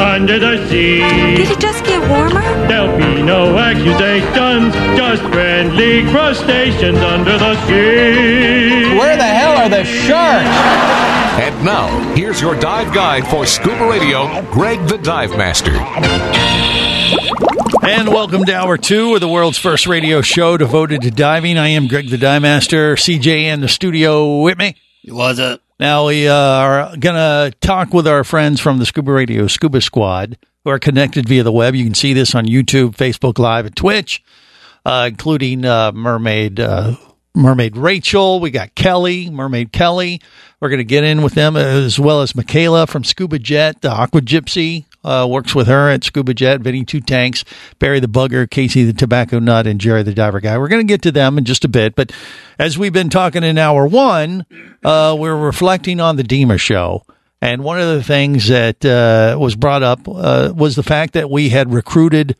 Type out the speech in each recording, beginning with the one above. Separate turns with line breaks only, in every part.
under the sea.
Did it just get warmer?
There'll be no accusations, just friendly crustaceans under the sea.
Where the hell are the sharks?
And now, here's your dive guide for scuba radio, Greg the Dive Master.
And welcome to hour two of the world's first radio show devoted to diving. I am Greg the Dive Master, CJ in the studio with me.
Was it?
Now we uh, are going to talk with our friends from the Scuba Radio Scuba Squad who are connected via the web. You can see this on YouTube, Facebook Live, and Twitch, uh, including uh, Mermaid uh, Mermaid Rachel. We got Kelly, Mermaid Kelly. We're going to get in with them as well as Michaela from Scuba Jet, the Aqua Gypsy. Uh, works with her at Scuba Jet, Vinny Two Tanks, Barry the Bugger, Casey the Tobacco Nut, and Jerry the Diver Guy. We're going to get to them in just a bit, but as we've been talking in hour one, uh, we're reflecting on the Dema show. And one of the things that uh, was brought up uh, was the fact that we had recruited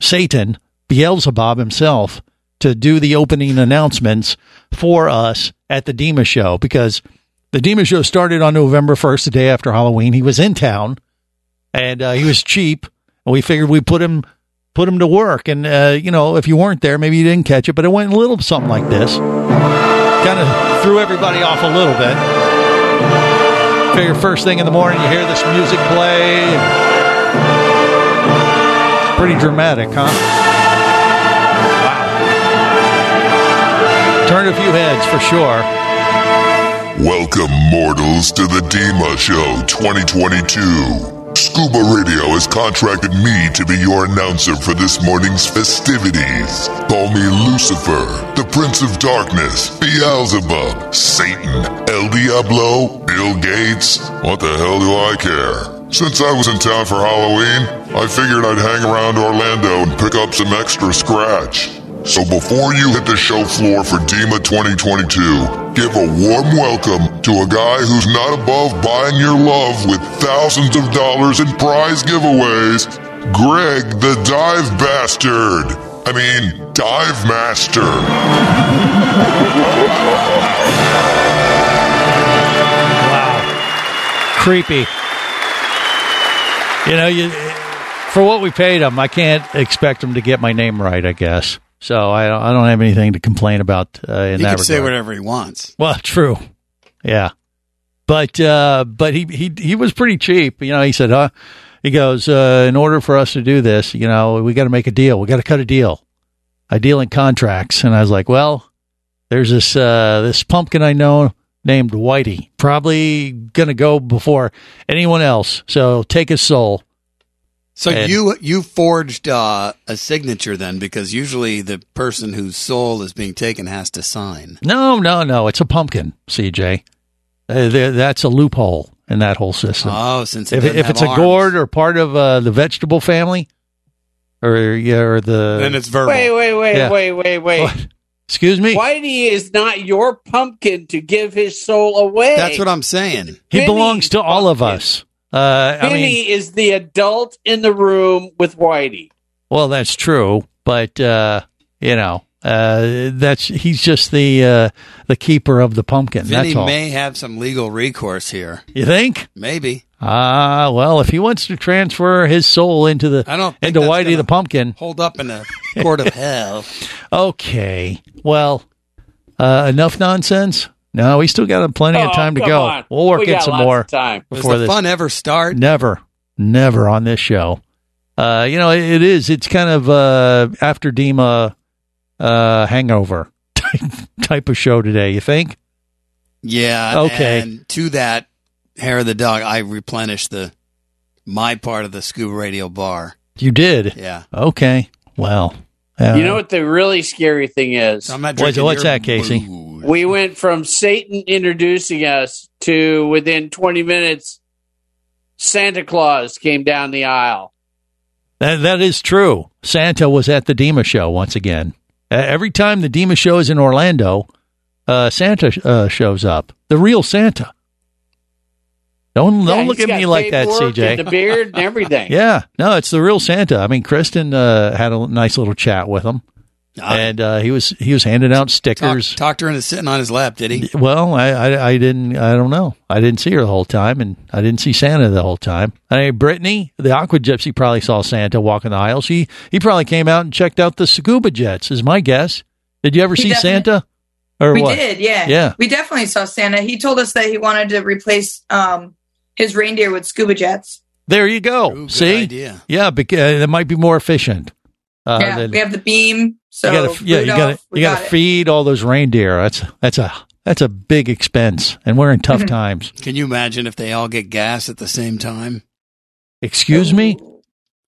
Satan, Beelzebub himself, to do the opening announcements for us at the Dema show because the Dema show started on November 1st, the day after Halloween. He was in town and uh, he was cheap. And we figured we put him put him to work. And, uh, you know, if you weren't there, maybe you didn't catch it, but it went a little something like this kind of threw everybody off a little bit. Figure first thing in the morning, you hear this music play. It's pretty dramatic, huh? Wow. Turned a few heads for sure.
Welcome, mortals, to the DEMA Show 2022. Scuba Radio has contracted me to be your announcer for this morning's festivities. Call me Lucifer, the Prince of Darkness, Beelzebub, Satan, El Diablo, Bill Gates. What the hell do I care? Since I was in town for Halloween, I figured I'd hang around Orlando and pick up some extra scratch. So before you hit the show floor for DEMA 2022, give a warm welcome to a guy who's not above buying your love with thousands of dollars in prize giveaways, Greg the Dive Bastard. I mean, Dive Master.
creepy. You know, you for what we paid them, I can't expect them to get my name right. I guess so. I don't, I don't have anything to complain about uh, in
He
that
can say
regard.
whatever he wants.
Well, true, yeah, but uh, but he he he was pretty cheap. You know, he said, "Huh." He goes, uh, "In order for us to do this, you know, we got to make a deal. We got to cut a deal, a deal in contracts." And I was like, "Well, there's this uh, this pumpkin I know named Whitey, probably gonna go before anyone else. So take his soul."
So
And-
you you forged uh, a signature then, because usually the person whose soul is being taken has to sign.
No, no, no. It's a pumpkin, CJ. Uh, there, that's a loophole in that whole system.
Oh, since it
if
doesn't
if it's
have
a
arms,
gourd or part of uh, the vegetable family, or yeah, or the
then it's verbal.
Wait, wait, wait,
Yeah.
wait, wait, wait.
What? excuse me,
Whitey is not your pumpkin to give his soul away.
That's what I'm saying.
he
Vinny
belongs to all of us. Uh, I
Vinny
mean,
is the adult in the room with Whitey.
well, that's true, but uh, you know, uh, that's he's just the uh, the keeper of the pumpkin.
Vinny
that's all.
may have some legal recourse here.
you think?
Maybe
Ah, well, if he wants to transfer his soul into the
I don't think
into
that's
Whitey
gonna-
the pumpkin,
hold up in a court of hell.
Okay. Well, uh, enough nonsense. No, we still got plenty of
Oh,
time to
come
go.
on.
We'll work
We
in
got
some
lots
more
of time.
Does
before
the
this.
fun ever start?
Never, never on this show. Uh, you know, it, it is. It's kind of uh, after Dima uh, hangover type, type of show today. You think?
Yeah.
Okay.
And to that hair of the dog, I replenished the my part of the scuba radio bar.
You did?
Yeah.
Okay. Wow. Uh,
You know what the really scary thing is?
So I'm not
What's-
drinking
what's
your
that, Casey?
booze.
We went from Satan introducing us to within 20 minutes, Santa Claus came down the aisle.
That, that is true. Santa was at the Dima show once again. Uh, every time the Dima show is in Orlando, uh, Santa uh, shows up. The real Santa. Don't
Yeah,
don't
he's
look at
got
me like that,
paperwork
CJ.
and The beard and everything.
yeah, no, it's the real Santa. I mean, Kristen uh, had a nice little chat with him,
Ah,
and uh, he was he was handing out
talk-
stickers.
talked her into sitting on his lap, did he?
Well, I, I I didn't I don't know. I didn't see her the whole time, and I didn't see Santa the whole time. I mean, Brittany, the Aqua Gypsy, probably saw Santa walking the aisle. She he probably came out and checked out the scuba jets. Is my guess. Did you ever
He
see
definitely-
Santa? Or
we
what?
did, yeah.
Yeah.
We definitely saw Santa. He told us that he wanted to replace um, his reindeer with scuba jets.
There you go.
Ooh, good
see,
idea.
yeah, because it might be more efficient. Uh,
yeah,
than-
we have the beam. So
you gotta, yeah, you
Rudolph,
gotta,
we
you gotta
got it.
feed all those reindeer. That's that's a that's a big expense, and we're in tough
Mm-hmm.
times.
Can you imagine if they all get gas at the same time?
Excuse me.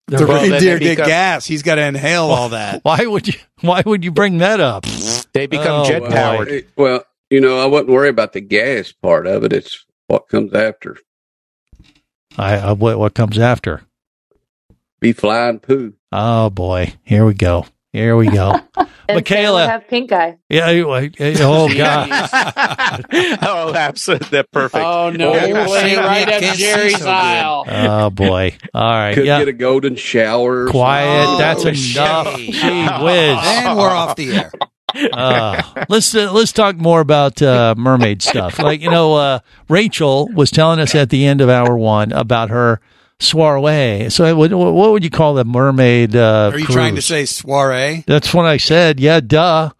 The
Well, then
reindeer
they
get
become-
gas. He's got to inhale all that.
Why would you? Why would you bring that up?
They become
Oh,
jet
boy.
powered.
Howard.
Well, you know, I wouldn't worry about the gas part of it. It's what comes after.
I, I what, what comes after?
Be flying poo.
Oh boy, here we go. Here we go. Michaela.
have pink eye.
yeah. you- I- I- Oh God.
oh, absolutely. That perfect.
Oh, no.
Yeah,
we
you
went
see-
right
you
up
can't see
Jerry's
so good.
aisle.
Oh boy. All right.
Could
Yeah.
get a golden shower. or
Quiet.
Oh,
That's
shit.
enough. Gee whiz.
and we're off the air.
Uh, let's uh, let's talk more about uh, mermaid stuff. Like you know, uh, Rachel was telling us at the end of hour one about her soiree. So what, what would you call the mermaid? Uh,
Are you trying to
cruise?
say soiree?
That's what I said. Yeah. Duh.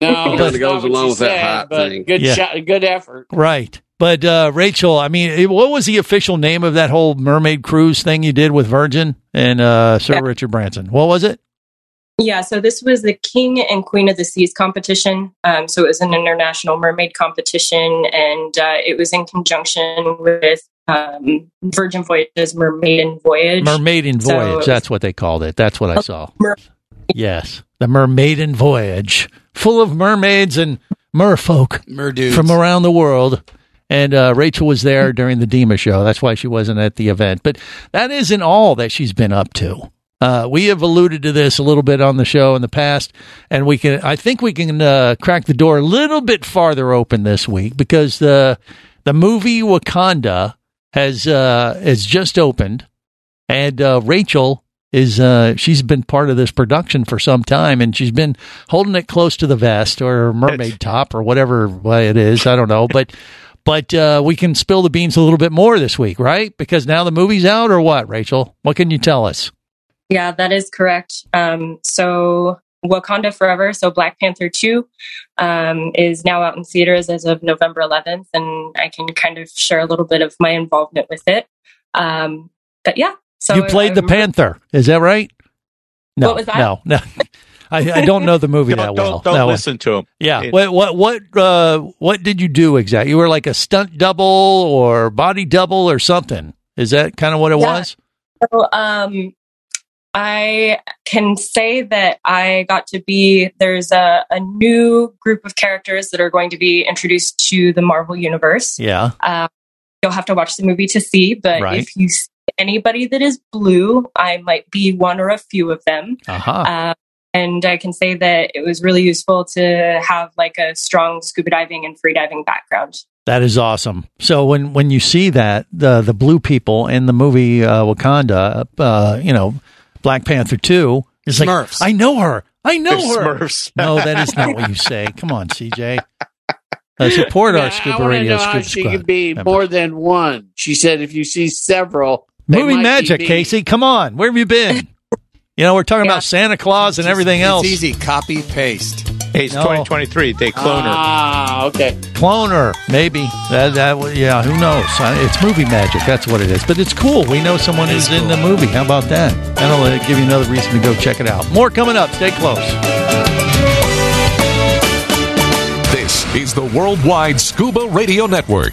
No,
It
that's
goes
not what
along
you
with that
said,
hot
but
thing.
Good
Yeah.
shot, good effort.
Right. But uh, Rachel, I mean, it- what was the official name of that whole mermaid cruise thing you did with Virgin and uh, Sir
Yeah.
Richard Branson? What was it?
Yeah, so this was the King and Queen of the Seas competition. Um, so it was an international mermaid competition, and uh, it was in conjunction with um, Virgin Voyages Mermaid and Voyage.
Mermaiden
So- Oh.
Voyage. That's what they called it. That's what I saw.
Mer-
yes. The Mermaiden Voyage, full of mermaids and merfolk
Merdudes.
from around the world. And uh, Rachel was there during the Dima show. That's why she wasn't at the event. But that isn't all that she's been up to. Uh, we have alluded to this a little bit on the show in the past, and we can. I think we can uh, crack the door a little bit farther open this week because the the movie Wakanda has uh, has just opened, and uh, Rachel is uh, she's been part of this production for some time, and she's been holding it close to the vest or mermaid top or whatever way it is. I don't know, but but uh, we can spill the beans a little bit more this week, right? Because now the movie's out, or what, Rachel? What can you tell us?
Yeah, that is correct. Um, so Wakanda Forever, so Black Panther 2, um, is now out in theaters as of November 11th, and I can kind of share a little bit of my involvement with it. Um, but yeah, so
you played the
I'm-
panther, is that right? No,
What was that?
no, no. I, I don't know the movie
Don't,
that
don't,
well.
don't
That was-
listen to him.
Yeah.
It-
What what what uh, what did you do exactly? You were like a stunt double or body double or something. Is that kind of what it
Yeah.
was?
So, um, I can say that I got to be there's a, a new group of characters that are going to be introduced to the Marvel Universe.
Yeah.
Um, you'll have to watch the movie to see, but
Right.
if you see anybody that is blue, I might be one or a few of them.
Uh-huh.
Um, and I can say that it was really useful to have like a strong scuba diving and free diving background.
That is awesome. So when when you see that the the blue people in the movie uh, Wakanda, uh, you know, Black Panther two, it's like
Smurfs.
I know her. I know
They're
her.
Smurfs.
No, that is not what you say. Come on, CJ. Uh, support
Yeah,
our
I
scuba
wanna
radio
know how
scuba
she could
squad.
be
members.
more than one. She said if you see several, they might
Movie
be
magic,
me.
Casey. Come on, where have you been? You know, we're talking
Yeah.
about Santa Claus and everything
it's
else.
easy. Copy paste.
Hey, it's
No.
2023. They clone her.
Ah, okay.
Cloner, maybe. That, that, was- yeah, who knows? Uh, It's movie magic. That's what it is. But it's cool. We know someone who's in the movie. How about that? That'll uh, give you another reason to go check it out. More coming up. Stay close.
This is the Worldwide Scuba Radio Network.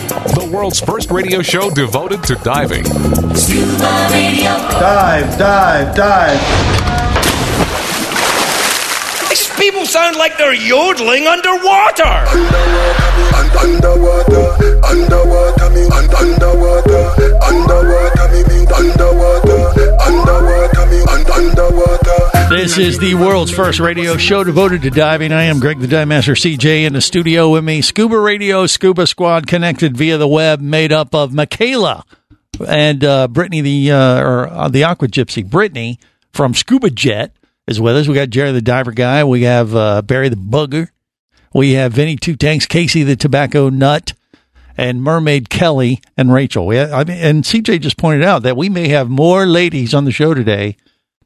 The world's first radio show devoted to diving.
Scuba Radio.
Dive, dive, dive.
These people sound like they're yodeling underwater.
This is the world's first radio show devoted to diving. I am Greg the Dive Master CJ in the studio with me. Scuba Radio, Scuba Squad connected via the web, made up of Michaela and uh, Brittany, the uh, or uh, the Aqua Gypsy. Brittany from Scuba Jet is with us. We got Jerry the Diver Guy. We have uh, Barry the Bugger. We have Vinny Two Tanks, Casey the Tobacco Nut, and Mermaid Kelly and Rachel. We I mean, and CJ just pointed out that we may have more ladies on the show today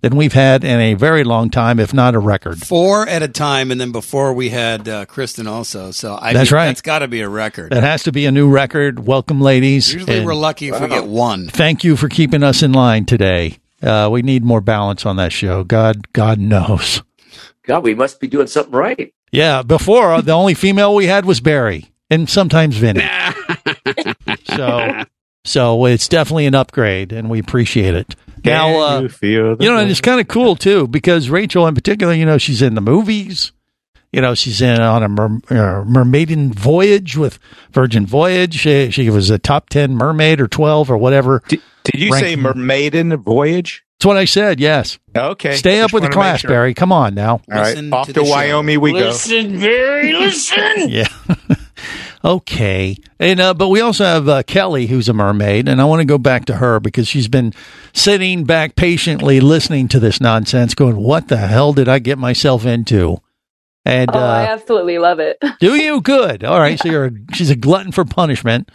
than we've had in a very long time, if not a record.
Four at a time, and then before we had uh, Kristen also. So I
That's
mean,
right.
That's got to be a record.
That has to be a new record. Welcome, ladies.
Usually
And
we're lucky if we get one.
Thank you for keeping us in line today. Uh, we need more balance on that show. God, God knows.
God, we must be doing something right.
Yeah, before uh, the only female we had was Barry and sometimes Vinny. so, so it's definitely an upgrade, and we appreciate it. Now, uh, you, know, and it's kind of cool too because Rachel, in particular, you know, she's in the movies. You know, she's in on a mer- uh, mermaiden voyage with Virgin Voyage. She, she was a top ten mermaid or twelve or whatever. Did,
Did you say mermaiden voyage?
That's what I said. Yes.
Okay.
Stay up
Just
with the
wanna make
class,
sure.
Barry. Come on now.
All right. Off to, Wyoming we go.
Listen, Barry, listen.
Yeah. okay. And uh, but we also have uh, Kelly, who's a mermaid, and I want to go back to her because she's been sitting back patiently listening to this nonsense, going, "What the hell did I get myself into?" And
oh, I
uh,
absolutely love it.
do you good? All right. So you're a, she's a glutton for punishment,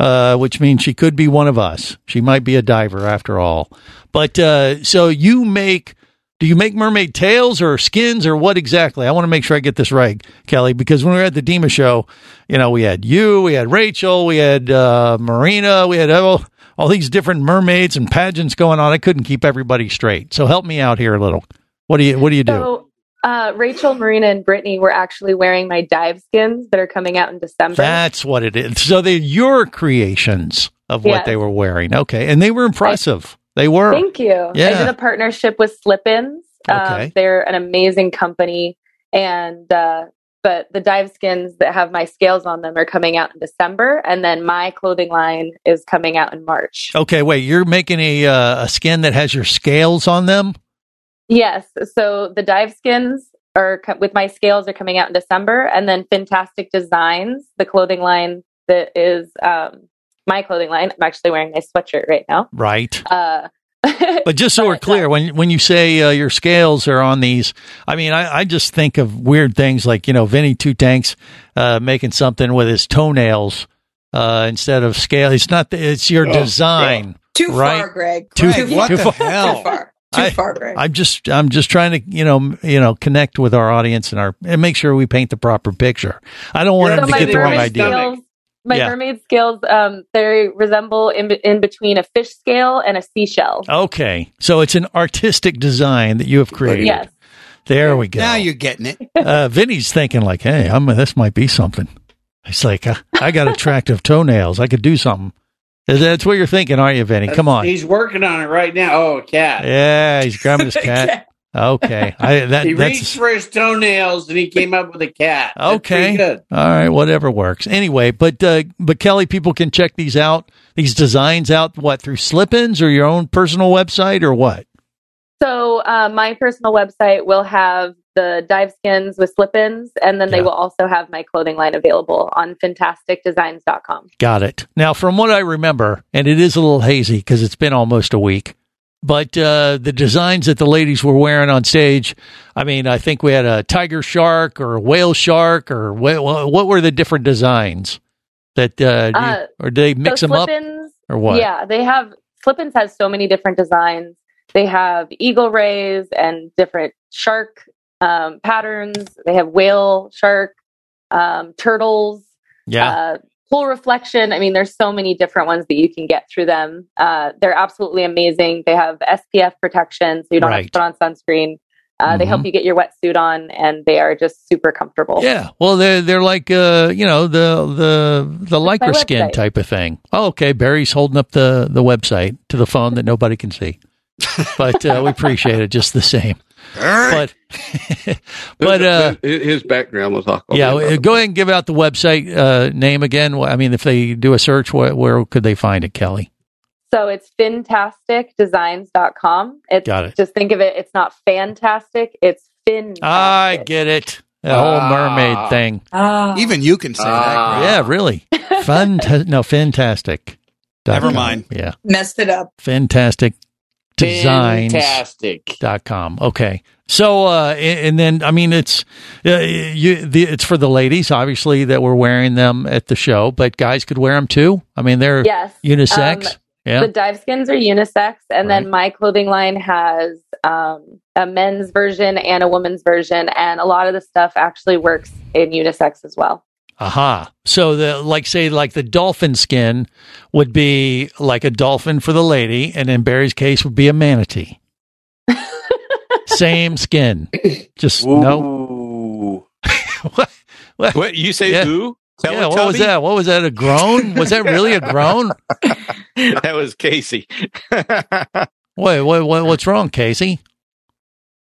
uh, which means she could be one of us. She might be a diver after all. But uh, so you make. Do you make mermaid tails or skins or what exactly? I want to make sure I get this right, Kelly, because when we were at the Dima show, you know, we had you, we had Rachel, we had uh, Marina, we had all, all these different mermaids and pageants going on. I couldn't keep everybody straight. So help me out here a little. What do you what do you do?
So, uh, Rachel, Marina, and Brittany were actually wearing my dive skins that are coming out in December.
That's what it is. So they're your creations of what
Yes.
they were wearing. Okay. And they were impressive. They were.
Thank you. I
Yeah.
did a partnership with Slippins,
Okay.
they're an amazing company, and uh, but the dive skins that have my scales on them are coming out in December, and then my clothing line is coming out in March.
Okay, wait. You're making a uh, a skin that has your scales on them.
Yes, so the dive skins are co- with my scales are coming out in December, and then Fantastic Designs, the clothing line that is um, my clothing line. I'm actually wearing my sweatshirt right now.
Right.
Uh,
But just so we're clear, when when you say uh, your scales are on these, I mean, I, I just think of weird things like you know Vinny Two Tanks uh, making something with his toenails uh, instead of scale. It's not. The, it's your
Oh,
design.
Too
right?
far, Greg.
Too,
Greg,
too
what the
far.
hell? Too far. Too
I-
far, Greg.
I'm just I'm just trying to you know m- you know connect with our audience and our and make sure we paint the proper picture. I don't want
So
them to
my
get the wrong
mermaid
idea.
Scales, my
Yeah.
mermaid scales, um, they resemble in, be- in between a fish scale and a seashell.
Okay, so it's an artistic design that you have created.
Yes.
There we go.
Now you're getting it.
uh, Vinny's thinking like, "Hey, I'm this might be something." It's like uh, I got attractive toenails. I could do something. Is- That's what you're thinking, aren't you, Vinny? Come on.
He's working on it right now. Oh, cat.
Yeah, he's grabbing his cat. Okay, I, that,
he
that's
reached for his toenails and he came up with a cat. That's
Okay.
pretty good.
All right. Whatever works. Anyway, but uh, but Kelly, people can check these out, these designs out. What through Slip-ins or your own personal website or what?
So uh, my personal website will have the dive skins with slip-ins, and then they will also have my clothing line available on fantasticdesigns.com.
Got it. Now, from what I remember, and it is a little hazy because it's been almost a week, but uh, the designs that the ladies were wearing on stage. I mean, I think we had a tiger shark or a whale shark or wha- wha- what were the different designs that uh, you-
Uh,
or did they mix
so
them up?
Slip-ins-
or what?
Yeah, they have Flippins has so many different designs. They have eagle rays and different shark um, patterns. They have whale, shark, um, turtles.
Yeah.
Uh, Full reflection. I mean, there's so many different ones that you can get through them. Uh, they're absolutely amazing. They have SPF protection, so you don't
Right.
have to put on sunscreen. Uh, They help
Mhm.
you get your wetsuit on, and they are just super comfortable.
Yeah, well, they're they're like uh, you know the the the
my
lycra skin
website.
type of thing. Oh, okay, Barry's holding up the the website to the phone that nobody can see, but uh, we appreciate it just the same. But but uh,
His his background was oh, alcohol.
yeah, uh, go ahead and give out the website uh, name again. Wh- I mean, if they do a search, where, where could they find it, Kelly?
So it's fantasticdesigns.com. It's,
Got it.
Just think of it. It's not fantastic. It's fin.
I get it. The whole mermaid thing.
Ah. Even you can say that.
Ah.
Greg.
yeah, really. Fun. no, fantastic.
Never mind.
Yeah.
Messed it up.
fantastic designs
Fantastic.
dot com okay so uh a- and then i mean it's uh, you the, it's for the ladies obviously that were wearing them at the show but guys could wear them too i mean they're
Yes.
unisex
Um,
yeah
The dive skins are unisex. And then my clothing line has um, a men's version and a woman's version. And a lot of the stuff actually works in unisex as well.
aha so the like say like the dolphin skin would be like a dolphin for the lady and in barry's case would be a manatee same skin just no what, what
What you say?
Yeah.
Ooh,
yeah, what was
Teletubby?
that? What was that? A groan? Was that really a groan?
that was Casey.
Wait, wait, wait what's wrong, Casey?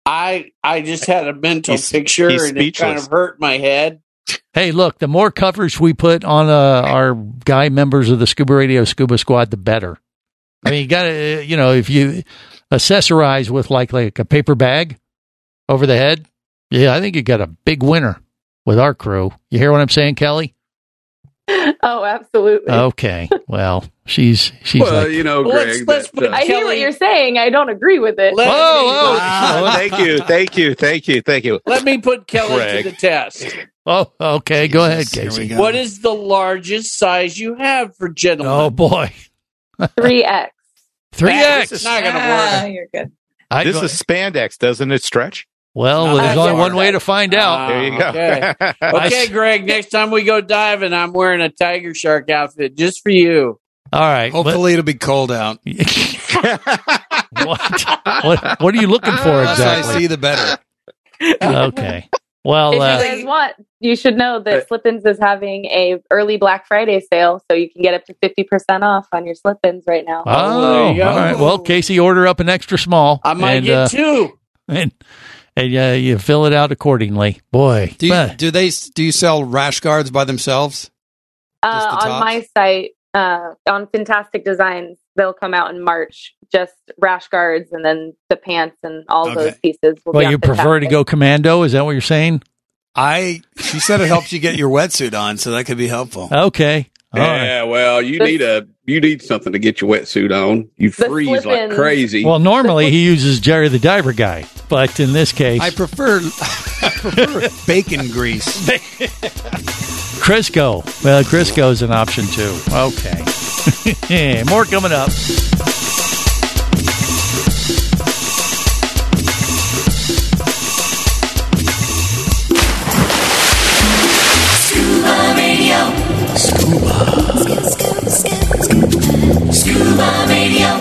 I I just had a mental
He's-
picture
he's
and it kind
speechless.
of hurt my head.
Hey, look, the more coverage we put on uh, our guy members of the Scuba Radio Scuba Squad, the better. I mean, you got to, you know, if you accessorize with like like a paper bag over the head, yeah, I think you got a big winner with our crew. You hear what I'm saying, Kelly?
Oh, absolutely.
Okay. Well, she's she's
Well,
like,
you know,
Well,
Greg. that, uh,
I hear what you're saying. I don't agree with it.
Let me,
Oh, thank you, thank you, thank you, thank you.
let me put Kelly
Greg.
to the test.
oh, okay, go ahead, Casey.
What is the largest size you have for gentlemen?
Oh boy,
3X.
three
That's
X.
not gonna
Ah,
work.
you're good.
this is spandex, doesn't it stretch?
Well,
Not
there's
that
only
far.
one way to find out.
There you go.
Okay.
I
Okay,
s-
Greg. Next time we go diving, I'm wearing a tiger shark outfit just for you.
All right. but-
Hopefully it'll be cold out.
what? what? What are you looking for
The less I see
exactly?
the better.
Okay. Well,
if
uh,
you guys want, you should know that Slippins is having a early Black Friday sale, so you can get up to fifty percent off on your Slippins right now.
oh,
there you
all
go.
right. Well, Casey, order up an extra small.
I might
and,
get
uh,
two.
and and uh, you fill it out accordingly. Boy,
Do you,
but-
do they do you sell rash guards by themselves?
Uh,
the
on my site, uh, on Fantastic Designs, they'll come out in March. Just rash guards, and then the pants, and all those pieces. Will be
well,
on
you prefer to
Fantastic.
go commando? Is that what you're saying?
I she said it helps you get your wetsuit on, so that could be helpful.
Okay. All right.
yeah, well, you
The-
need a you need something to get your wetsuit on. You freeze like
slip-ins.
crazy.
Well, normally he uses Jerry the Diver guy, but in this case,
I prefer I prefer bacon grease.
Crisco. Well, Crisco's an option too. Okay. More coming up.
Scuba Radio. Scuba. Scuba Radio.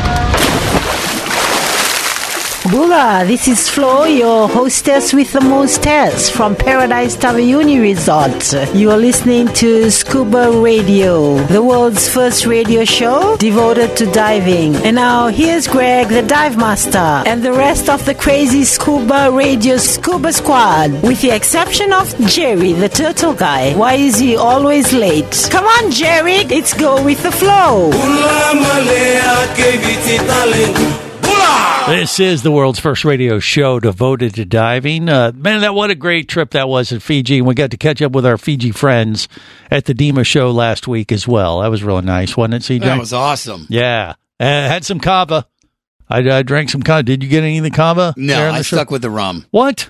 Bula, this is Flo, your hostess with the most hairs from Paradise Taviuni Resort. You are listening to Scuba Radio, the world's first radio show devoted to diving. And now here's Greg, the dive master, and the rest of the crazy Scuba Radio Scuba Squad, with the exception of Jerry, the turtle guy. Why is he always late? Come on, Jerry, let's go with the flow.
This is the world's first radio show devoted to diving. Uh, man, that what a great trip that was at Fiji. And we got to catch up with our Fiji friends at the DEMA show last week as well. That was really nice, wasn't it, CJ?
That was awesome.
Yeah. Uh, had some kava. I, I drank some kava. Did you get any of the kava?
No,
there on
I
the show?
stuck with the rum.
What?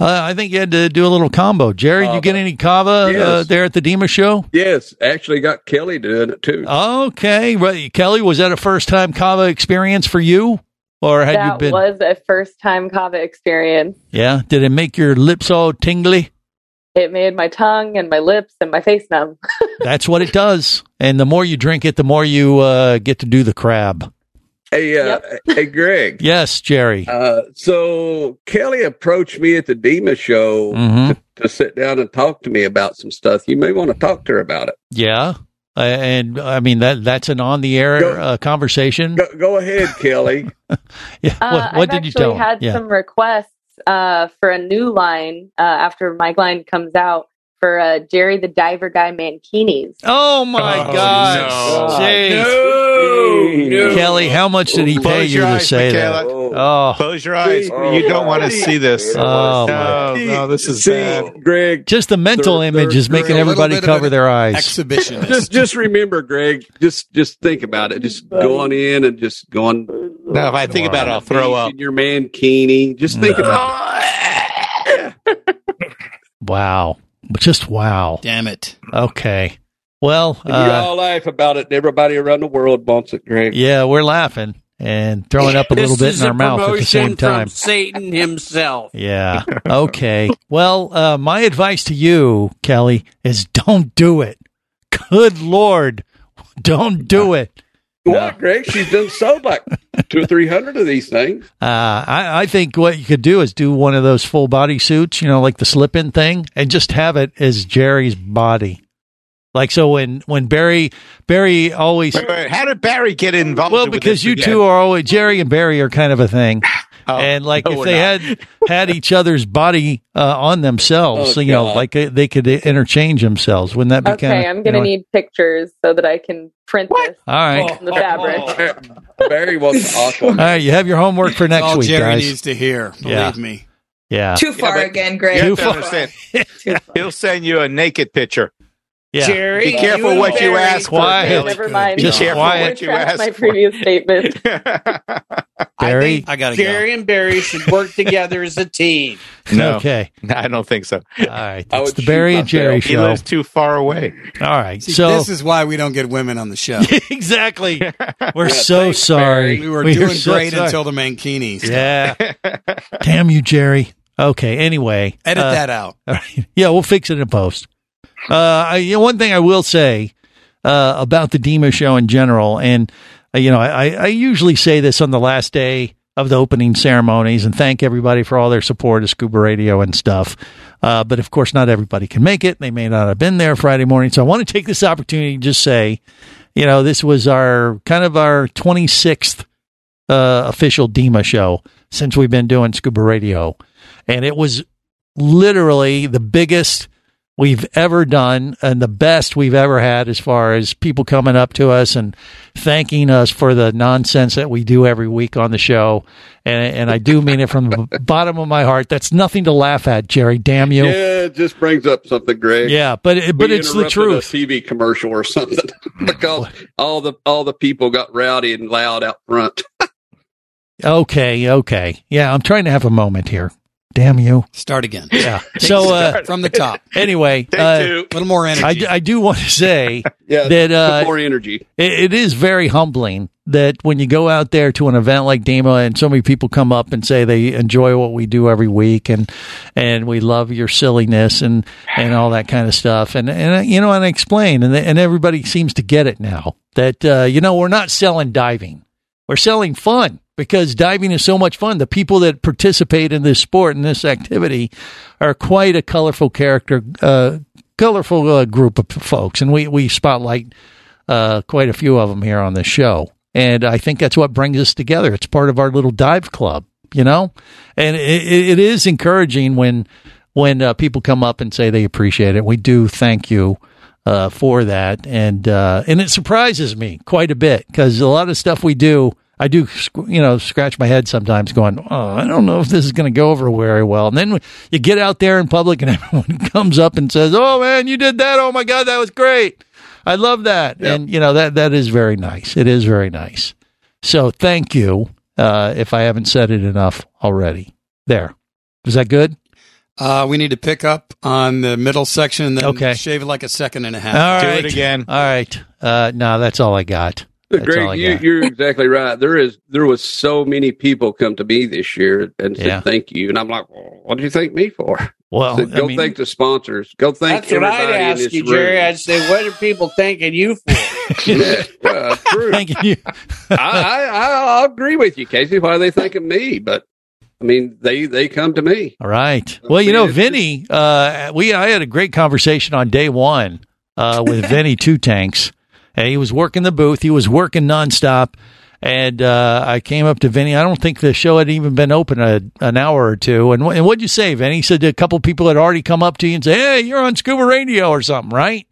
Uh, I think you had to do a little combo. Jerry, did you get any kava uh,
Yes.
there at the DEMA show?
Yes, actually got Kelly doing it too.
Okay. Right. Kelly, was that a first time kava experience for you? Or had you
that
been?
was a first time kava experience.
Yeah. Did it make your lips all tingly?
It made my tongue and my lips and my face numb.
That's what it does. And the more you drink it, the more you uh, get to do the crab.
Hey, uh, hey, Greg.
Yes, Jerry.
Uh, so Kelly approached me at the Dema show
Mhm.
to, to sit down and talk to me about some stuff. You may want to talk to her about it.
Yeah. Uh, and I mean that that's an on the air uh, conversation.
Go, go ahead, Kelly.
yeah.
Uh,
what what
I've
did you
actually
tell? him?
had
yeah.
some requests uh, for a new line uh, after my line comes out for uh, Jerry the Diver Guy Mankinis.
Oh my God! Jeez. Kelly, how much did he
Close
pay you
your
to
eyes,
say
Michaela.
that? Oh,
Close your eyes.
Oh,
you don't want to
God.
see this.
Oh,
no, no, this is bad.
Greg,
just the mental
They're-
image
they're-
is making
they're a
everybody
little bit of
cover
an
their eyes.
just, just remember, Greg. Just, just think about it. Just going in and just going.
No, if I think about it, I'll throw up.
In your mankini. Just think about it.
Wow, just wow.
Damn it.
Okay. Well,
you
uh,
all laugh about it. and Everybody around the world wants it, Greg.
yeah, we're laughing and throwing up a little
This
bit
is
in our
a
mouth at the same
promotion from
time.
Satan himself.
Yeah. Okay. well, uh, my advice to you, Kelly, is don't do it. Good Lord, don't do it.
What, Greg? She's done sold like two or three hundred of these things.
Uh, I, I think what you could do is do one of those full body suits, you know, like the slip in thing, and just have it as Jerry's body. Like so, when when Barry Barry always
how did Barry get involved?
well
with
because
this
you
again? Oh,
two are always Jerry and Barry are kind of a thing, and like
no,
if
we're
they
not.
had had each other's body uh, on themselves,
Oh,
you know,
God.
like uh, they could interchange themselves. Wouldn't that be
Okay,
kind of?
I'm gonna need pictures so that I can print this
All right.
on the fabric.
Barry was
All
awesome.
right, you have your homework for next
all
week,
Jerry
guys.
needs to hear. Believe
Yeah.
me.
Yeah.
Too far again, Greg.
You have to
Too far.
understand. He'll send you a naked picture.
Yeah.
Jerry, be careful what you ask. for,
Quiet.
Billy.
Never mind.
Be
Just
careful
quiet.
what you ask.
my
for.
previous statement.
Barry.
I gotta
Jerry and Barry should work together as a team.
No,
Okay.
I don't think so.
All right. That's the Barry and Jerry
He
show.
lives too far away.
All right.
See,
so
this is why we don't get women on the show.
exactly. We're so sorry.
We were
are
doing
so
great
sorry.
until the Mankini. stuff.
Yeah. Damn you, Jerry. Okay. Anyway,
Edit
uh,
that out.
All right. Yeah, we'll fix it in post. Uh, I, you know, one thing I will say uh, about the Demo show in general, and uh, you know, I, I- I usually say this on the last day of the opening ceremonies and thank everybody for all their support of Scuba Radio and stuff. Uh, but of course, not everybody can make it. They may not have been there Friday morning, so I want to take this opportunity to just say, you know, this was our kind of our twenty sixth uh, official DEMA show since we've been doing scuba radio. And it was literally the biggest we've ever done and the best we've ever had as far as people coming up to us and thanking us for the nonsense that we do every week on the show. And, and I do mean it from the bottom of my heart. That's nothing to laugh at, Jerry. Damn you.
Yeah, it just brings up something, Greg.
Yeah, but it- but it's the
interrupted
truth.
A TV commercial or something because all the all the people got rowdy and loud out front.
Okay. Okay. Yeah. I'm trying to have a moment here. Damn you.
Start again.
Yeah. So, uh,
from the top.
anyway, uh,
A little more energy.
I, d- I do want to say
Yeah,
that uh,
put more energy.
it, it is very humbling that when you go out there to an event like Demo and so many people come up and say they enjoy what we do every week and and we love your silliness and and all that kind of stuff and and uh, you know and I explain and and everybody seems to get it now that uh, you know we're not selling diving we're selling fun because diving is so much fun. The people that participate in this sport and this activity are quite a colorful character, uh, colorful uh, group of folks, and we we spotlight uh, quite a few of them here on this show. And I think that's what brings us together. It's part of our little dive club, you know. And it, it it is encouraging when when uh, people come up and say they appreciate it. We do thank you uh, for that, and uh, and it surprises me quite a bit because a lot of stuff we do, I do sc- you know scratch my head sometimes, going, oh, I don't know if this is going to go over very well. And then you get out there in public, and everyone comes up and says, "Oh man, you did that! Oh my god, that was great! I love that!" And you know that that is very nice. It is very nice. So thank you. Uh, if I haven't said it enough already, there. Is that good?
Uh, we need to pick up on the middle section and then
Okay.
shave it like a second and a half.
All right.
Do it again.
All right. Uh, no, that's all I got. That's all I
Greg, you,
got.
you're exactly right. There is there was so many people come to me this year and said
Yeah.
thank you, and I'm like, well, what do you thank me for?
Well,
Said, go
I mean,
thank the sponsors. Go thank
That's what I'd
everybody in
ask
this
you,
room.
Jerry. I'd say, what are people thanking you for?
Yeah, well, true.
thank you.
I, I I'll agree with you, Casey. Why are they thanking me? But I mean, they they come to me.
All right. Well, you
mean,
know,
it's
Vinny, uh, we I had a great conversation on day one uh, with Vinny Two Tanks. And he was working the booth. He was working nonstop. And uh, I came up to Vinny. I don't think the show had even been open a, an hour or two. And, wh- and what'd you say, Vinny? He said a couple people had already come up to you and say, "Hey, you're on Scuba Radio or something, right?"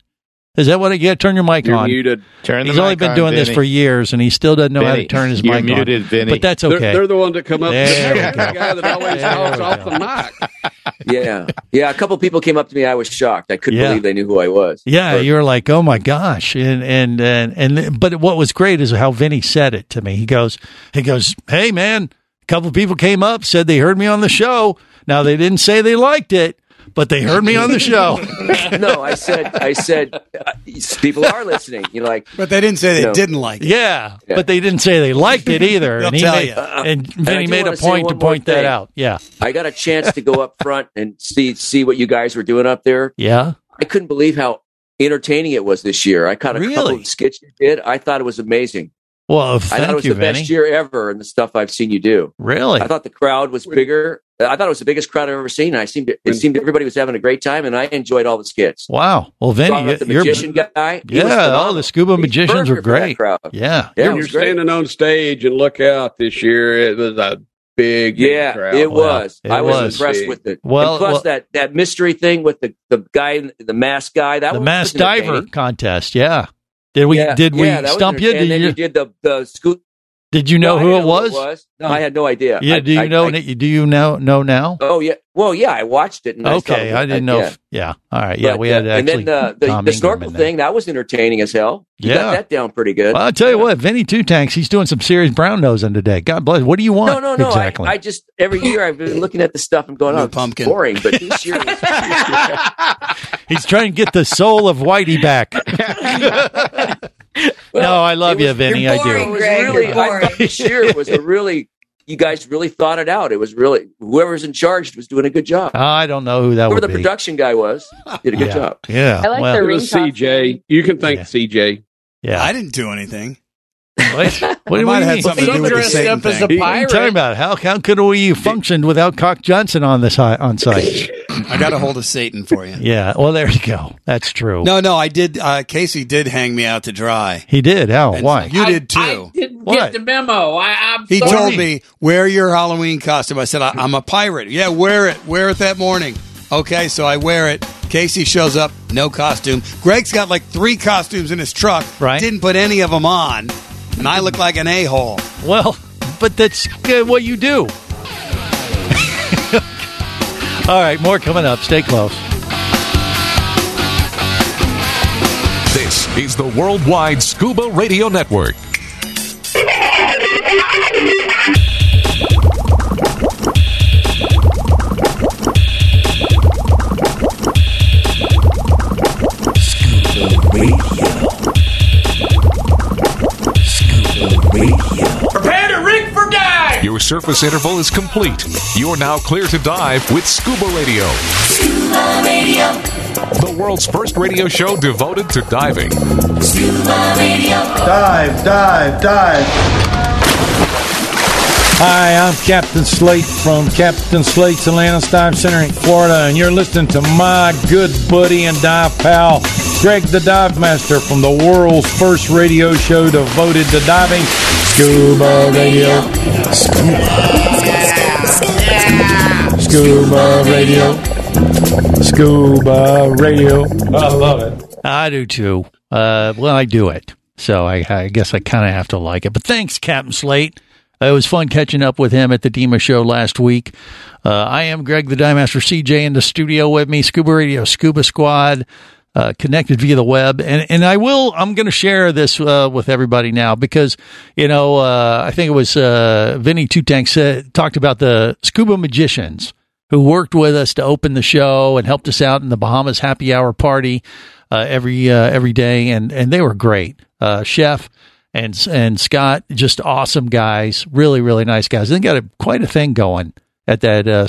Is that what? It, yeah, turn your mic
You're
on.
muted.
Turn the
He's only
mic
been
on,
doing this
Vinny.
for years, and he still doesn't know how to
Vinny,
turn his
you're
mic
muted,
on.
Vinny.
But that's
They're,
okay.
they're the one that come up.
There we
They're
go.
the guy that always
There we
talks off
go.
the mic.
Yeah, yeah. A couple people came up to me. I was shocked. I couldn't
Yeah.
believe they knew who I was.
Yeah,
But-
you were like, oh my gosh, and and and and. But what was great is how Vinny said it to me. He goes, he goes, hey man, a couple people came up, said they heard me on the show. Now they didn't say they liked it, but they heard me on the show.
no, I said, I said, uh, people are listening. You're like,
But they didn't say they
No.
didn't like it.
yeah, but they didn't say they liked it either.
They'll
and he
tell
made,
you.
and
Uh, And I
Vinny
do
made a
wanna say
point to
one more
point that
thing.
out. Yeah,
I got a chance to go up front and see see what you guys were doing up there.
yeah.
I couldn't believe how entertaining it was this year. I caught a couple
Really?
of skits you did. I thought it was amazing.
Well,
I thought it
thank
was
you,
the
Vinny.
best year ever in the stuff I've seen you do.
Really?
I thought the crowd was bigger. I thought it was the biggest crowd I've ever seen. I seemed to, it seemed everybody was having a great time, and I enjoyed all the skits.
Wow. Well,
Brought
Vinny,
up the
you're
magician guy. He
yeah,
was
all
phenomenal.
the scuba magicians
burger
were
for that
great.
crowd.
Yeah.
Yeah, it
when you're
was great.
standing on stage and look out this year, it was a big, big
Yeah,
crowd.
it was.
It
I was,
was.
impressed with it.
Well-
And plus
well-
that that mystery thing with the the guy, the mask guy, that
The
was
mass diver
entertaining.
contest. Yeah. Did we
Yeah,
did we
yeah, that was
stump you?
entertaining.
Did
And then
you,
you did the the scoop.
did you know
I
who
didn't
it was?
No, I had no idea.
Yeah,
I-
do you
I-
know
I-
do you know know now?
oh yeah. Well, yeah, I watched it. And I, thought
okay,
it was-
I didn't know.
yeah.
if- yeah. All right. Yeah,
But,
we had
uh,
actually
and then the the,
Tom
the
Ingram
snorkel
in there.
thing that was entertaining as hell. You
Yeah.
got that down pretty good.
Well, I'll tell you what, Vinny Two Tanks, he's doing some serious brown nosing today. God bless. What do you want?
no, no, no.
Exactly.
I, I just every year I've been looking at the stuff and going, "Oh, pumpkin, boring." But this year, was-
He's trying to get the soul of Whitey back. no, I love you, Vinny. I
It
do.
was really, I thought this year it was a really, you guys really thought it out. It was really, whoever's in charge was doing a good job.
I don't know who that
Whoever
would
the
be.
production guy was did a good
Yeah.
job.
Yeah.
I like
well,
the
It was CJ. You can thank CJ.
Yeah.
I didn't do anything.
What, what
I
do
might
we
have had something to do with the
dressed
Satan
up as
thing.
a
What are you talking about? How, how could we function without Cock Johnson on this hi- on site?
I got a hold of Satan for you.
yeah. Well, there you go. That's true.
No, no, I did. Uh, Casey did hang me out to dry.
He did. How?
And
Why?
You did too.
Didn't
What?
get the memo. I, I'm
he
sorry.
told me wear your Halloween costume. I said I, I'm a pirate. Yeah, wear it. Wear it that morning. Okay, so I wear it. Casey shows up, no costume. Greg's got like three costumes in his truck. Right. Didn't put any of them on, and I look like an a hole.
Well, but that's uh, what you do. All right. More coming up. Stay close.
This is the Worldwide Scuba Radio Network.
Prepare to rig for dive.
Your surface interval is complete. You're now clear to dive with Scuba Radio,
Scuba Radio.
the world's first radio show devoted to diving.
Scuba Radio.
Dive, dive, dive.
Hi, I'm Captain Slate from Captain Slate's Atlanta Dive Center in Florida, and you're listening to my good buddy and dive pal, Greg the Dive Master from the world's first radio show devoted to diving, Scuba Radio. Scuba Radio. Scuba Radio. Oh, I love it.
I do too. Uh, well, I do it, so I, I guess I kind of have to like it. But thanks, Captain Slate. Uh, It was fun catching up with him at the Dima show last week. Uh, I am Greg the Dive Master CJ in the studio with me, Scuba Radio, Scuba Squad, uh, connected via the web. And, and I will, I'm going to share this uh, with everybody now because, you know, uh, I think it was uh, Vinny Two Tanks said, talked about the scuba magicians who worked with us to open the show and helped us out in the Bahamas happy hour party uh, every uh, every day, and and they were great. Uh, Chef and and Scott, just awesome guys, really really nice guys. They got a, quite a thing going at that uh,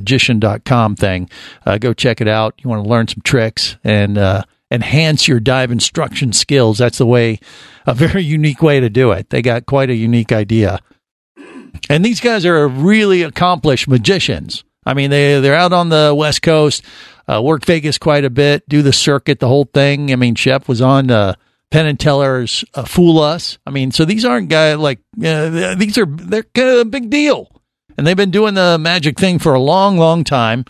scubamagician.com thing. Uh, go check it out. You want to learn some tricks and uh, enhance your dive instruction skills. That's the way, a very unique way to do it. They got quite a unique idea. And these guys are really accomplished magicians. I mean, they they're out on the West Coast, uh, work Vegas quite a bit, do the circuit, the whole thing. I mean, Shep was on uh, Penn and Teller's uh, "Fool Us." I mean, so these aren't guys like uh, th- these are they're kind of a big deal, and they've been doing the magic thing for a long, long time.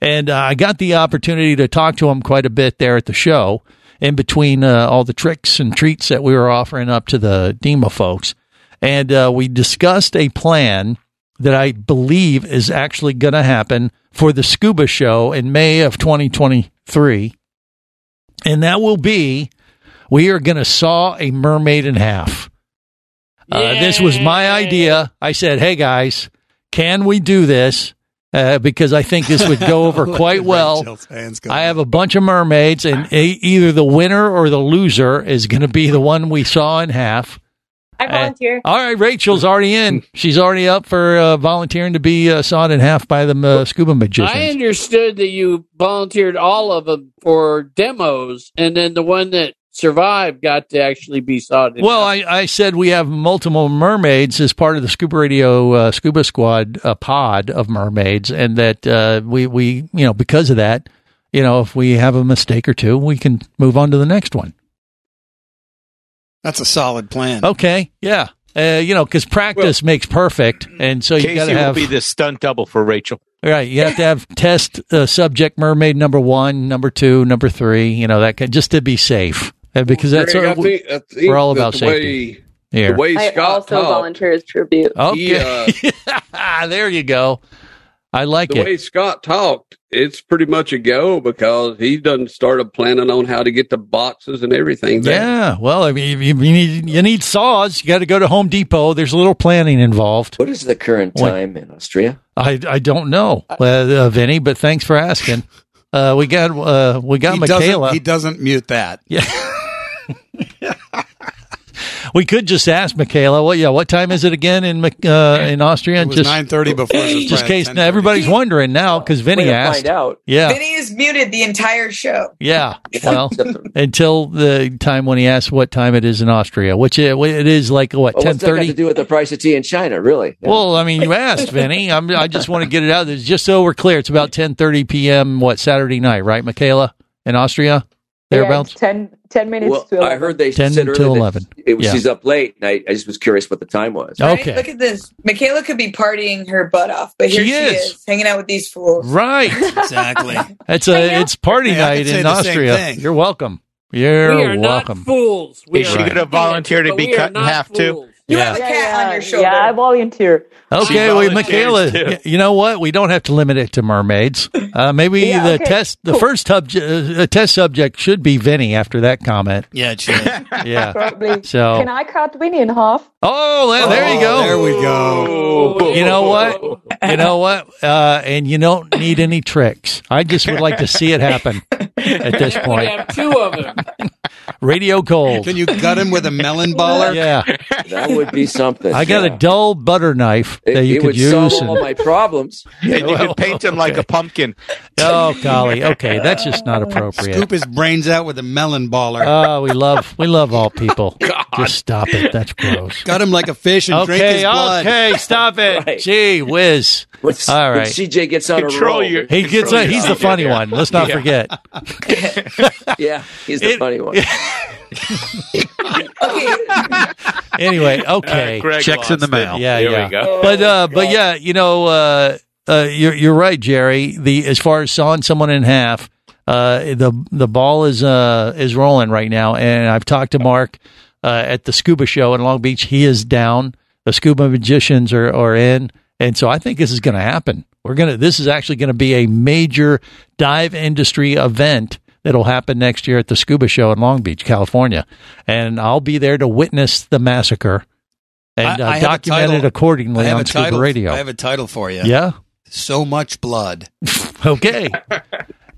And uh, I got the opportunity to talk to them quite a bit there at the show, in between uh, all the tricks and treats that we were offering up to the Dima folks and uh, we discussed a plan that I believe is actually going to happen for the scuba show in May of 2023. And that will be we are going to saw a mermaid in half. Uh, this was my idea. I said, hey guys, can we do this? Uh, because I think this would go over
Look
quite
at
well.
Rachel's hands go Ah.
I have a bunch of mermaids, and e either the winner or the loser is going to be the one we saw in half.
I volunteer.
Uh, all right, Rachel's already in. She's already up for uh, volunteering to be uh, sawed in half by the uh, scuba magician.
I understood that you volunteered all of them for demos, and then the one that survive got to actually be sodded.
Well, I, I said we have multiple mermaids as part of the Scuba Radio uh, Scuba Squad uh, pod of mermaids, and that uh, we we you know because of that, you know if we have a mistake or two, we can move on to the next one.
That's a solid plan.
Okay, yeah, uh, you know because practice makes perfect, and so you
Casey
got to
will
have
be the stunt double for Rachel.
right. You have to have test uh, subject mermaid number one, number two, number three. You know that kind, just to be safe, and because that's what
Greg, I
we-
think- I think
we're all
that
about
the
safety.
way-
Here.
The way
I
Scott
also
talked, uh,
volunteer as tribute.
uh, Okay. there you go. I like
the
it.
way Scott talked, it's pretty much a go because he done started planning on how to get the boxes and everything. there.
Yeah. Well, I mean, if you, you need you need saws. You got to go to Home Depot. There's a little planning involved.
What is the current time in Austria?
I I don't know, uh, uh, Vinny. But thanks for asking. Uh, we got uh, we got
he
Michaela.
Doesn't, he doesn't mute that.
Yeah. we could just ask Michaela. Well, yeah. What time is it again in Mc- uh, in Austria?
It was
just
9:30 before this was
Just in
planned,
case now everybody's wondering now because Vinny
Way to
asked.
find out.
Yeah.
Vinny is muted the entire show.
Yeah. Well, until the time when he asks what time it is in Austria, which it, it is like what
Well,
ten
Oh, what's that got
thirty.
to do with the price of tea in China? Really? Yeah.
Well, I mean, you asked, Vinny. I'm, I just want to get it out. there. Just so we're clear, it's about 10:30 p.m. What Saturday night, right, Michaela? In Austria, thereabouts.
ten, 10 minutes
Well,
to
I
11.
heard they
10
said
until
earlier that
11.
It was
Yeah.
she's up late, and I, I just was curious what the time was.
Right? Look at this. Michaela could be partying her butt off, but here
She
she,
is.
is. hanging out with these fools.
Right.
Exactly.
It's a it's party
Yeah, I
night
could say
in
the same
Austria.
thing.
You're welcome. You're
we are
welcome.
not fools. We
Is
are
she gonna
idiots,
volunteer to
but
be
we are
cut in
not
half, too?
fools.
You
Yeah.
have a cat on your shoulder.
Yeah, I volunteer.
Okay,
She
well,
volunteers,
Michaela,
too.
y- you know what? We don't have to limit it to mermaids. Uh, maybe
Yeah,
the
okay,
test, the
cool.
first hub, uh, test subject should be Vinny after that comment.
Yeah, it should.
Yeah.
Probably.
So-
Can I cut Winnie in half?
Oh, there, there you go.
There we go.
You know what? You know what? Uh, and you don't need any tricks. I just would like to see it happen at this
We
point.
have two of them.
Radio cold.
Can you gut him with a melon baller?
Yeah.
That would be something.
I got
yeah.
a dull butter knife
It,
that you
it
could
would
use.
solve all
and-
my problems.
And you could paint him like a pumpkin.
oh, golly. Okay. That's just not appropriate.
Scoop his brains out with a melon baller.
Oh, we love we love all people. Just stop it. That's gross.
Gut him like a fish and drink his
Okay,
blood.
okay, stop it.
Right.
Gee whiz.
When,
All
when
right.
CJ gets on
Control
a roll.
your-
He gets a, he's the funny
Yeah.
one. Let's not
Yeah.
forget.
Yeah, he's the
It-
funny one.
Okay,
Anyway, okay.
Checks in the mail.
Yeah,
Here
yeah.
we go. Oh,
but uh, but yeah, you know, uh, uh, you're you're right, Jerry. The as far as sawing someone in half, uh, the the ball is uh is rolling right now, and I've talked to Mark uh, at the scuba show in Long Beach. He is down. The scuba magicians are are in, and so I think this is going to happen. We're gonna. This is actually going to be a major dive industry event. That'll happen next year at the Scuba Show in Long Beach, California, and I'll be there to witness the massacre and
I-
uh,
I have a
document it
title. I
accordingly
have
on
a
Scuba
title.
Radio.
I have a title for you.
yeah.
So much blood.
Okay.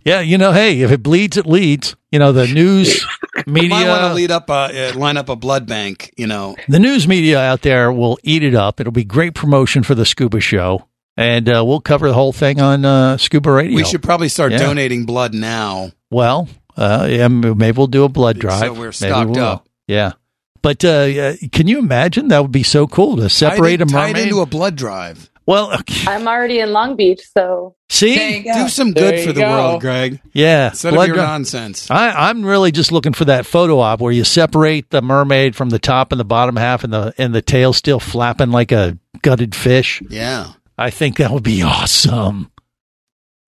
yeah. You know, hey, if it bleeds, it leads. You know, the news
You might want to
media,
lead up a uh, line up a blood bank. You know,
the news media out there will eat it up. It'll be great promotion for the Scuba Show, and uh, we'll cover the whole thing on uh, Scuba Radio.
we should probably start
Yeah.
donating blood now.
Well, uh, yeah, m- maybe we'll do a blood drive.
we're
Maybe
stocked
will.
up.
Yeah. But uh, yeah, can you imagine? That would be so cool to separate
Tied
a
in- tied
mermaid.
into a blood drive.
well, okay.
I'm already in Long Beach, so
there
see,
you go.
Do some
There
good for
you
the
go.
world, Greg.
yeah,
Instead
blood
of your
dri-
nonsense.
I, I'm really just looking for that photo op where you separate the mermaid from the top and the bottom half, and the and the tail still flapping like a gutted fish.
Yeah.
I think that would be awesome.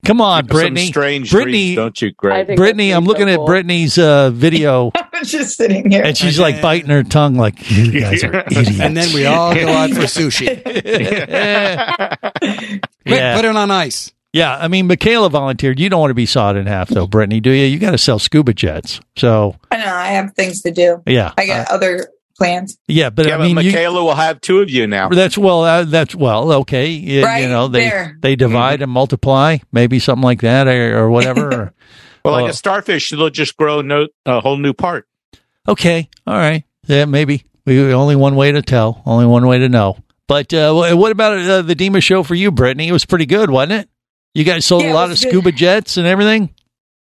Come on, Brittany.
Some strange
Brittany.
dreams, don't you,
I
Greg?
think
Brittany.
that's
I'm looking
so
at
cool.
Brittany's uh, video,
I'm just sitting here.
and she's like biting her tongue, like you guys are idiots.
And then we all go out for sushi.
yeah,
Quick, Put it on ice.
yeah. I mean, Michaela volunteered. You don't want to be sawed in half, though, Brittany, do you? You got to sell scuba jets. So
I know I have things to do.
yeah, Uh,
I got other plans.
yeah. But
Yeah,
I mean,
but
you-
Michaela will have two of you
Oh.
now.
That's well. Uh, that's well. Okay. You, you
Right
know they
there.
they divide and multiply, maybe something like that, or, or whatever.
Well,
Oh.
like a starfish, it'll just grow no, a whole new part.
okay. All right. Yeah. Maybe. We only one way to tell. Only one way to know. But uh, wh- what about uh, the Dima show for you, Brittany? It was pretty good, wasn't it? You guys sold
Yeah,
a
it
lot of
was good.
scuba jets and everything.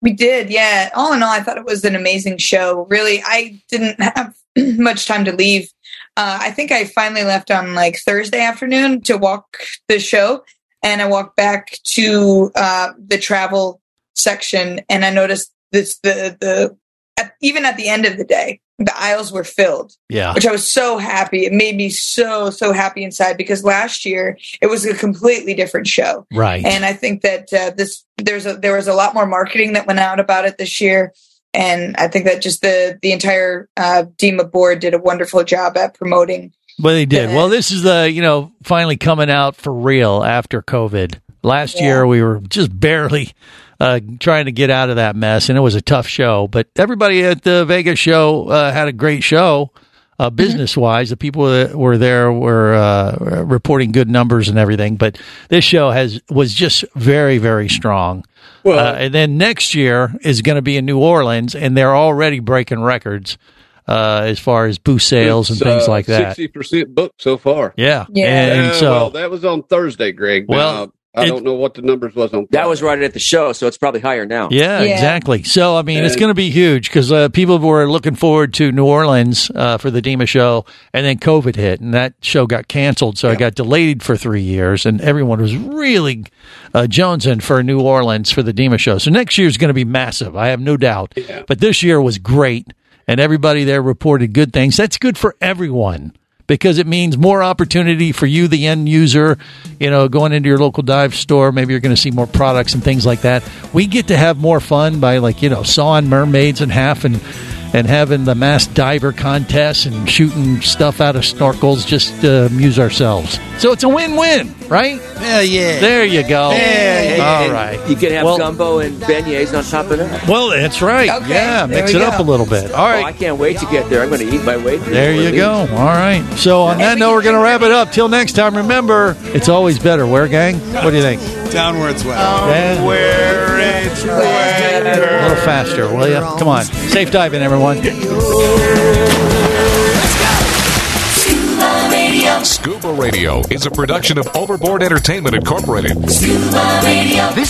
We did, yeah. All in all, I thought it was an amazing show. Really, I didn't have much time to leave. Uh, I think I finally left on like Thursday afternoon to walk the show, and I walked back to uh, the travel section, and I noticed this the the at, even at the end of the day, the aisles were filled.
Yeah.
which I was so happy. It made me so so happy inside because last year it was a completely different show.
Right.
And I think that uh, this there's a, there was a lot more marketing that went out about it this year, and I think that just the the entire uh, DEMA board did a wonderful job at promoting.
But they did. Well, this is the, you know, finally coming out for real after COVID. Last year, we were just barely uh, trying to get out of that mess, and it was a tough show. But everybody at the Vegas show uh, had a great show. Uh, business wise, the people that were there were uh, reporting good numbers and everything, but this show has was just very, very strong.
Well-
uh, and then next year is going to be in New Orleans, and they're already breaking records uh, as far as booth sales and
uh,
things like that.
Sixty percent booked so far.
Yeah. And
Yeah,
so
well, that was on Thursday, Greg.
Well,
Well, I
it-
don't know what the numbers was on.
That was right at the show, so it's probably higher now.
yeah, exactly. So I mean, it's
And-
going to be huge because uh, people were looking forward to New Orleans uh, for the Dima show, and then COVID hit, and that show got canceled. So it got delayed for three years, and everyone was really uh, jonesing for New Orleans for the Dima show. So next year's going to be massive. I have no doubt. But this year was great, and everybody there reported good things. That's good for everyone. because it means more opportunity for you, the end user. You know, going into your local dive store, maybe you're going to see more products and things like that. We get to have more fun by like you know sawing mermaids in half and and having the mass diver contest and shooting stuff out of snorkels just to amuse ourselves. So it's a win-win, right?
Hell yeah!
There you go.
And-
All
and
right.
You can have
Well-
gumbo and beignets on top of that.
Well, that's right.
Okay,
yeah,
there
mix it
we
up a
go.
little bit. All
Oh, I
right.
can't wait to get there. I'm going to eat my way through.
There
at
you
least.
go. All right. So on that note, we're going to wrap it up. Till next time, remember, it's always better. Where, gang? What do you think?
Downwards way.
Yeah.
Where it's wetter.
A little faster, will you? Come on. Safe diving, everyone.
Scuba Radio.
Scuba Radio is a production of Overboard Entertainment Incorporated.
Scuba Radio.
This